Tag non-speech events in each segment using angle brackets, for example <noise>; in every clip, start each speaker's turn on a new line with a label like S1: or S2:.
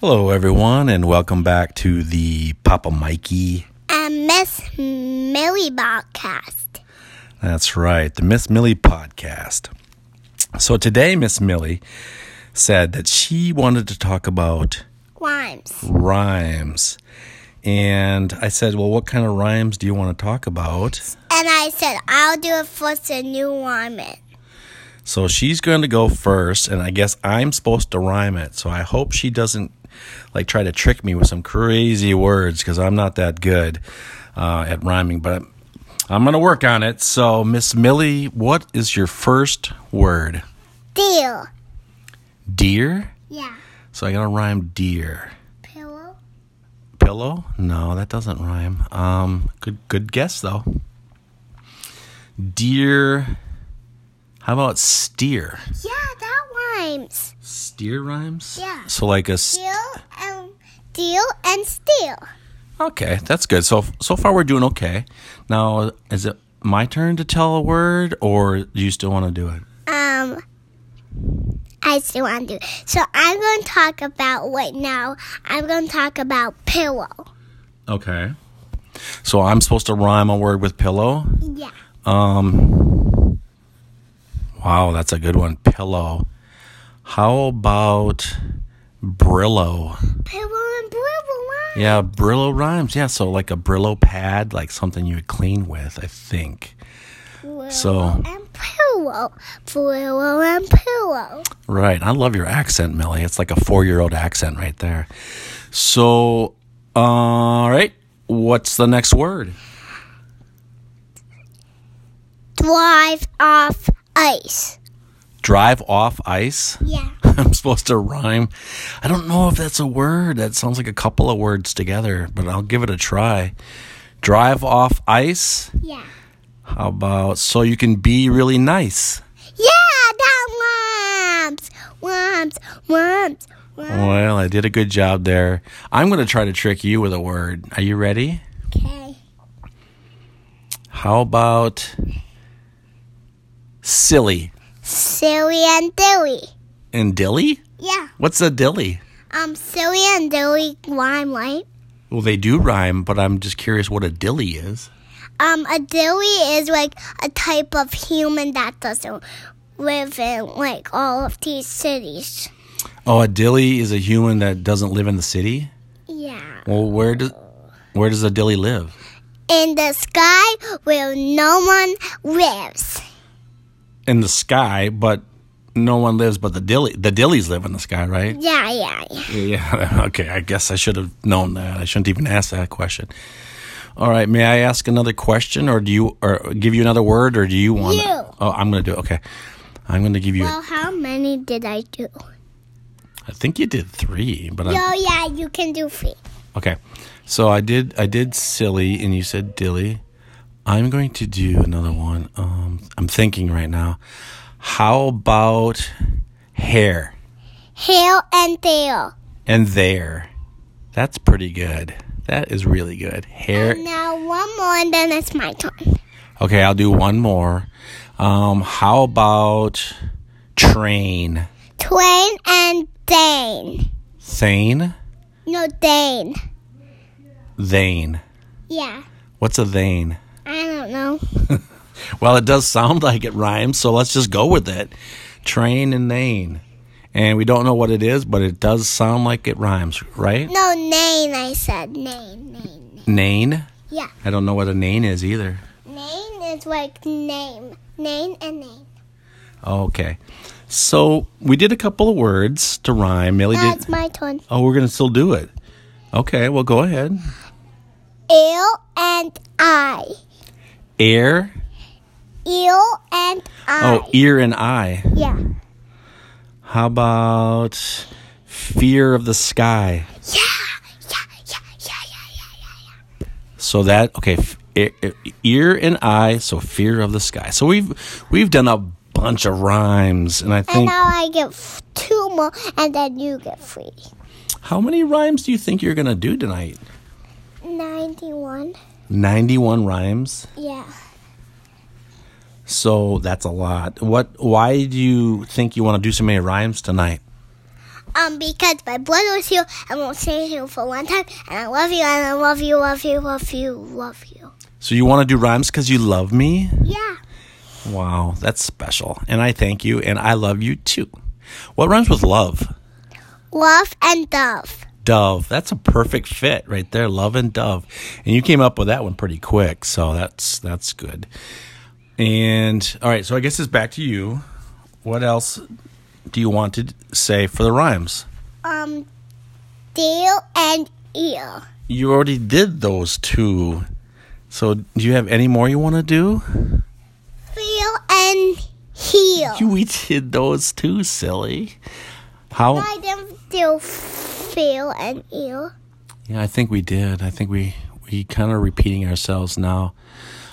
S1: Hello, everyone, and welcome back to the Papa Mikey.
S2: and Miss Millie Podcast.
S1: That's right, the Miss Millie podcast. So today, Miss Millie said that she wanted to talk about
S2: Rhymes.
S1: rhymes. And I said, Well, what kind of rhymes do you want to talk about?
S2: And I said, I'll do it for the new woman.
S1: So she's going to go first, and I guess I'm supposed to rhyme it. So I hope she doesn't like try to trick me with some crazy words because I'm not that good uh, at rhyming. But I'm going to work on it. So Miss Millie, what is your first word?
S2: Deal.
S1: Deer.
S2: Yeah.
S1: So I got to rhyme deer.
S2: Pillow.
S1: Pillow? No, that doesn't rhyme. Um, good good guess though. Deer. How about steer?
S2: Yeah, that rhymes.
S1: Steer rhymes.
S2: Yeah.
S1: So like a s-
S2: Deal and deal and steal.
S1: okay, that's good. So so far we're doing okay. Now is it my turn to tell a word, or do you still want to do it?
S2: Um, I still want to. do it. So I'm going to talk about right now. I'm going to talk about pillow.
S1: Okay. So I'm supposed to rhyme a word with pillow.
S2: Yeah.
S1: Wow, that's a good one. Pillow. How about Brillo?
S2: Pillow and brillo rhyme.
S1: Yeah, Brillo rhymes. Yeah, so like a Brillo pad, like something you would clean with, I think. So-
S2: Brillo and pillow. Brillo and pillow.
S1: Right. I love your accent, Millie. It's like a four year old accent right there. So, all right. What's the next word?
S2: Drive off ice.
S1: Drive off ice. <laughs>
S2: Yeah.
S1: I'm supposed to rhyme. I don't know if that's a word. That sounds like a couple of words together, but I'll give it a try. Drive off ice.
S2: Yeah.
S1: How about so you can be really nice?
S2: Yeah, that worms. Worms. Worms. Worms.
S1: Well, I did a good job there. I'm going to try to trick you with a word. Are you ready?
S2: Okay.
S1: How about silly
S2: Silly and dilly.
S1: and dilly?
S2: Yeah.
S1: What's a dilly?
S2: Um, silly and dilly rhyme, right?
S1: Well, they do rhyme, but I'm just curious what a dilly is.
S2: Um, a dilly is like a type of human that doesn't live in like all of these cities.
S1: Oh, a dilly is a human that doesn't live in the city.
S2: Yeah.
S1: Well, where does where does a dilly live?
S2: In the sky where no one lives.
S1: In the sky, but no one lives but the dilly. The dillies live in the sky, right?
S2: Yeah, yeah, yeah.
S1: Yeah. <laughs> Okay. I guess I should have known that. I shouldn't even ask that question. All right. May I ask another question, or do you, or give you another word, or do you want?
S2: You.
S1: Oh, I'm gonna do it. Okay. I'm gonna give you.
S2: Well, how many did I do?
S1: I think you did three, but I,
S2: Oh, yeah, you can do three.
S1: okay. So I did. I did silly, and you said dilly. I'm going to do another one. Um, I'm thinking right now. How about hair
S2: Hail and tail.
S1: and there? That's pretty good. That is really good. Hair.
S2: Now one more, and then it's my turn.
S1: Okay, I'll do one more. Um, how about train?
S2: Twain and Dane.
S1: Thane?
S2: No, Dane.
S1: Thane.
S2: Yeah,
S1: What's a thane?
S2: I don't know.
S1: Well, it does sound <laughs> like it rhymes, so let's just go with it. Train and thane. And we don't know what it is, but it does sound like it rhymes, right?
S2: No, Nane, I said. Nane, Nane. Nane.
S1: Nane?
S2: Yeah,
S1: I don't know what a nane is either.
S2: Nane is like name. Nane and Nane.
S1: Okay. So we did a couple of words to rhyme. Millie
S2: Now
S1: did.
S2: it's my turn.
S1: Oh, we're going to still do it. Okay, well, go ahead.
S2: Ill and I.
S1: Air.
S2: Ill and I.
S1: Oh, ear and eye.
S2: Yeah.
S1: How about fear of the sky?
S2: Yeah, yeah, yeah, yeah, yeah, yeah, yeah.
S1: So that okay, f- e- e- ear and eye. So fear of the sky. So we've we've done a bunch of rhymes, and I
S2: And
S1: think
S2: now I get f- two more, and then you get three.
S1: how many rhymes do you think you're gonna do tonight?
S2: 91.
S1: Ninety-one rhymes.
S2: Yeah.
S1: So that's a lot. What? Why do you think you want to do so many rhymes tonight?
S2: Um, because my brother was here and won't stay here for one time. And I love you, and I love you, love you, love you, love you.
S1: So you want to do rhymes because you love me?
S2: Yeah.
S1: Wow, that's special. And I thank you, and I love you too. What rhymes with love?
S2: Love and dove.
S1: Dove. That's a perfect fit right there. Love and dove. And you came up with that one pretty quick, so that's that's good. And all right, so I guess it's back to you. What else do you want to d- say for the rhymes?
S2: Um, deal and ear.
S1: You already did those two. So do you have any more you want to do?
S2: Feel and heal.
S1: You <laughs> we did those two, silly. How?
S2: I didn't do feel and ear.
S1: Yeah, I think we did. I think we we kind of repeating ourselves now.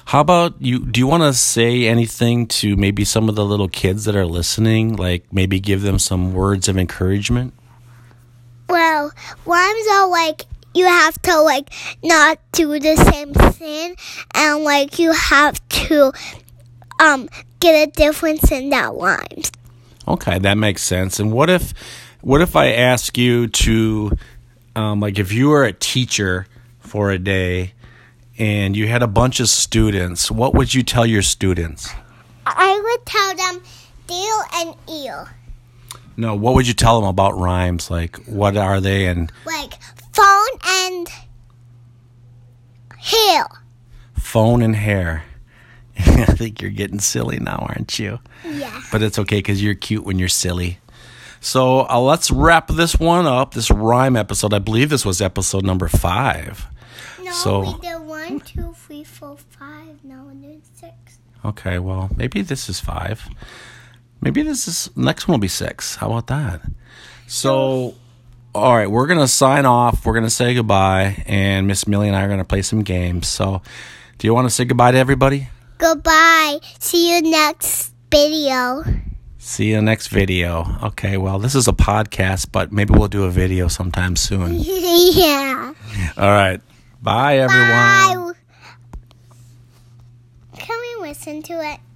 S1: How about you? Do you want to say anything to maybe some of the little kids that are listening? Like maybe give them some words of encouragement.
S2: Well, rhymes are like you have to like not do the same thing, and like you have to um get a difference in that rhymes.
S1: Okay, that makes sense. And what if what if I ask you to um, like if you were a teacher for a day and you had a bunch of students, what would you tell your students?
S2: I would tell them deal and ear,
S1: No, what would you tell them about rhymes? Like what are they and
S2: like phone and heel.
S1: phone and hair. <laughs> I think you're getting silly now, aren't you?
S2: Yeah.
S1: But it's okay because you're cute when you're silly. So uh, let's wrap this one up, this rhyme episode. I believe this was episode number five.
S2: No,
S1: So-
S2: we did one, two, three, four, five. No, we did six.
S1: Okay, well, maybe this is five. Maybe this is next one will be six. How about that? So, all right, we're gonna sign off. We're gonna say goodbye, and Miss Millie and I are gonna play some games. So, do you want to say goodbye to everybody?
S2: Goodbye. See you next video. <laughs>
S1: See you next video. Okay, well, this is a podcast, but maybe we'll do a video sometime soon.
S2: yeah.
S1: All right. Bye, everyone.
S2: Bye. Can we listen to it?